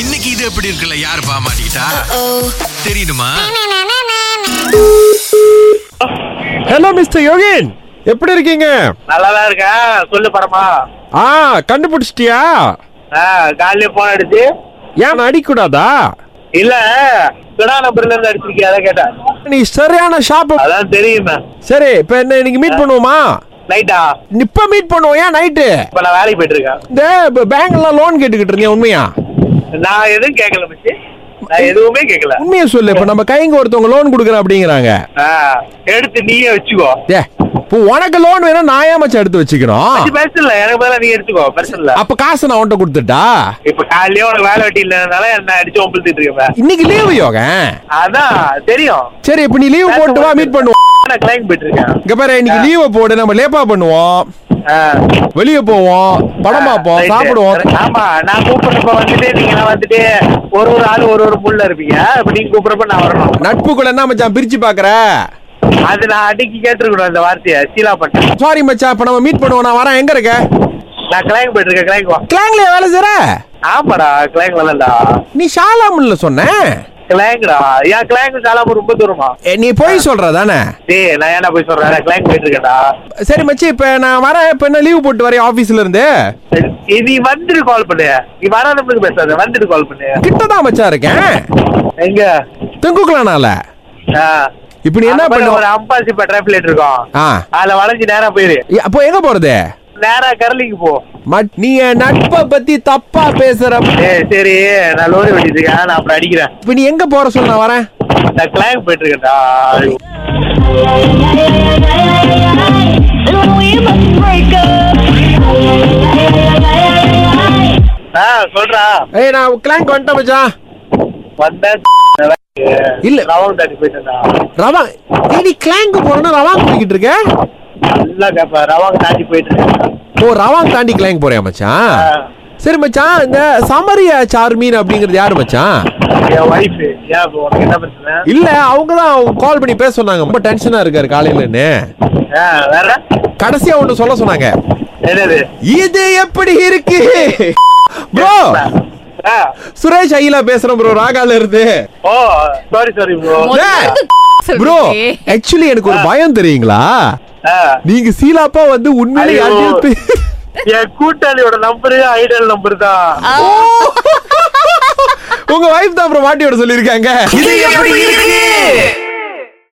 இன்னைக்கு இது எப்படி இருக்குல்ல யார் பாமாட்டா தெரியுமா ஹலோ மிஸ்டர் யோகின் எப்படி இருக்கீங்க நல்லாதான் இருக்கேன் சொல்லு படமா ஆ கண்டுபிடிச்சிட்டியா ஆ காலையில போன் அடிச்சு ஏன் நான் அடிக்கக்கூடாதா இல்ல கிடா நம்பர்ல இருந்து அடிச்சிருக்கியா அதான் கேட்டேன் நீ சரியான ஷாப் அதான் தெரியுமே சரி இப்போ என்ன இன்னைக்கு மீட் பண்ணுவோமா நைட்டா இப்ப மீட் பண்ணுவோம் ஏன் நைட்டு இப்ப நான் வேலைக்கு போயிட்டு இருக்கேன் இந்த பேங்க்ல லோன் கேட்டுக்கிட்டு இருந்தேன் உண்மையா நான் எதுவும் கேட்கல மிச்சு நான் எதுவுமே கேட்கல உண்மையை சொல்லு இப்போ நம்ம கைங்க ஒருத்தவங்க லோன் கொடுக்குறேன் அப்படிங்கிறாங்க ஆ, எடுத்து நீயே வச்சுக்கோ ஏ இப்போ உனக்கு லோன் வேணும் நான் ஏன் மச்சான் எடுத்து வச்சுக்கிறோம் இது பிரச்சனை இல்லை எனக்கு பதிலா நீ எடுத்துக்கோ பிரச்சனை இல்ல அப்ப காசு நான் உன்ட்ட கொடுத்துட்டா இப்ப காலையிலயே உனக்கு வேலை வெட்டி இல்லைனால என்ன அடிச்சு ஒம்பிழ்த்திட்டு இருக்கேன் இன்னைக்கு லீவு யோகன் அதான் தெரியும் சரி இப்போ நீ லீவு போட்டு வா மீட் பண்ணுவோம் நான் கிளைம் போயிட்டு இருக்கேன் இங்க பாரு இன்னைக்கு லீவை போடு நம்ம லேப்பா பண்ணுவோம் ஆ. வெளிய போவோம் படம் பார்ப்போம் Right. சாப்பிடுவோம் ஆமா நான் கூப்பிடுறப்ப வந்துட்டு நீங்க வந்துட்டு ஒரு ஒரு ஆள் ஒரு ஒரு முள்ள இருப்பீங்க அப்ப நீங்க கூப்பிடுறப்ப நான் வரணும் நட்புக்குள்ள என்ன மச்சான் பிரிச்சு பாக்குற அது நான் அடிக்கி கேட்டிருக்கணும் அந்த வார்த்தையை சீலா பண்ணேன் சாரி மச்சான் இப்ப நம்ம மீட் பண்ணுவோம் நான் வரேன் எங்க இருக்க நான் கிளைம் போயிட்டு இருக்கேன் கிளைம் வா கிளாங்ல வேலை செய்ற ஆமாடா கிளைம் வரலடா நீ ஷாலாமுல்ல சொன்ன கிளைங்கடா ஏன் கிளைம் சாலாம ரொம்ப தூரமா ஏ, நீ போய் சொல்ற தானே டேய் நான் ஏன்டா போய் சொல்றேன் கிளைம் போயிட்டு இருக்கேன்டா சரி மச்சி இப்ப நான் வரேன் இப்ப என்ன லீவு போட்டு வரேன் ஆபீஸ்ல இருந்து இ- நீ வந்துட்டு கால் பண்ணு நீ வராதவங்களுக்கு பேசாத வந்துட்டு கால் பண்ணு கிட்டதான் மச்சான் இருக்கேன் எங்க தெங்குக்குளானால ஆ. இப்ப நீ என்ன அங்க பாரு, ஒரு பண்ணுவ அம்பாசி பட்ராஃபில் இருக்கும் ஆ அதுல வளைஞ்சு நேரா போயிரு ஏ, அப்போ எங்க போறது நேரா கரலிக்கு போ மட் நீ என் நட்பை பத்தி தப்பா பேசுற ஏய் சரி நான் லோரி ஓட்டிட்டு இருக்கேன் நான் அப்புறம் அடிக்கிறேன் இப்ப நீ எங்க போற சொல்ல நான் வரேன் நான் கிளாக் போயிட்டு இருக்கேன்டா We must break up. ஆ சொல்றா ஏய் நான் கிளாங்க் வந்துட்டேன் மச்சான் வந்தேன் இல்ல. ரவுண்ட் தாண்டி போயிட்டேன்டா ரவா ஏய், நீ கிளாங்க் போறேன்னா ரவா குடிக்கிட்டு இருக்க நல்லா கேப்ப ரவாங்க தாண்டி போயிட்டு இருக்கேன் ஓ ரவா தாண்டி கிளாங்க் போறியா மச்சான் ஆ. சரி மச்சான் இந்த சமரியா சார்மீன் அப்படிங்கிறது யாரு மச்சான் என் ஒய்ஃப் ஏன் இப்போ உனக்கு என்ன பிரச்சனை இல்ல அவங்க தான் கால் பண்ணி பேச சொன்னாங்க ரொம்ப டென்ஷனா இருக்காரு காலையிலன்னு ஆ வேற கடைசியா ஒண்ணு சொல்ல சொன்னாங்க என்னது இது எப்படி இருக்கு ப்ரோ ஆ சுரேஷ் ஐயிலா பேசுறேன் ப்ரோ ராகால இருந்து ஓ sorry sorry bro bro actually எனக்கு ஒரு பயம் தெரியுங்களா ஆ நீங்க சீலாப்பா வந்து உண்மையிலே ஐயோ. யார்கிட்டயும் பே- என் கூட்டாளியோட நம்பரு ஐடல் நம்பர் தான் உங்க வைஃப் தான் அப்புறம் வாட்டியோட சொல்லியிருக்காங்க இது எப்படி இருக்கு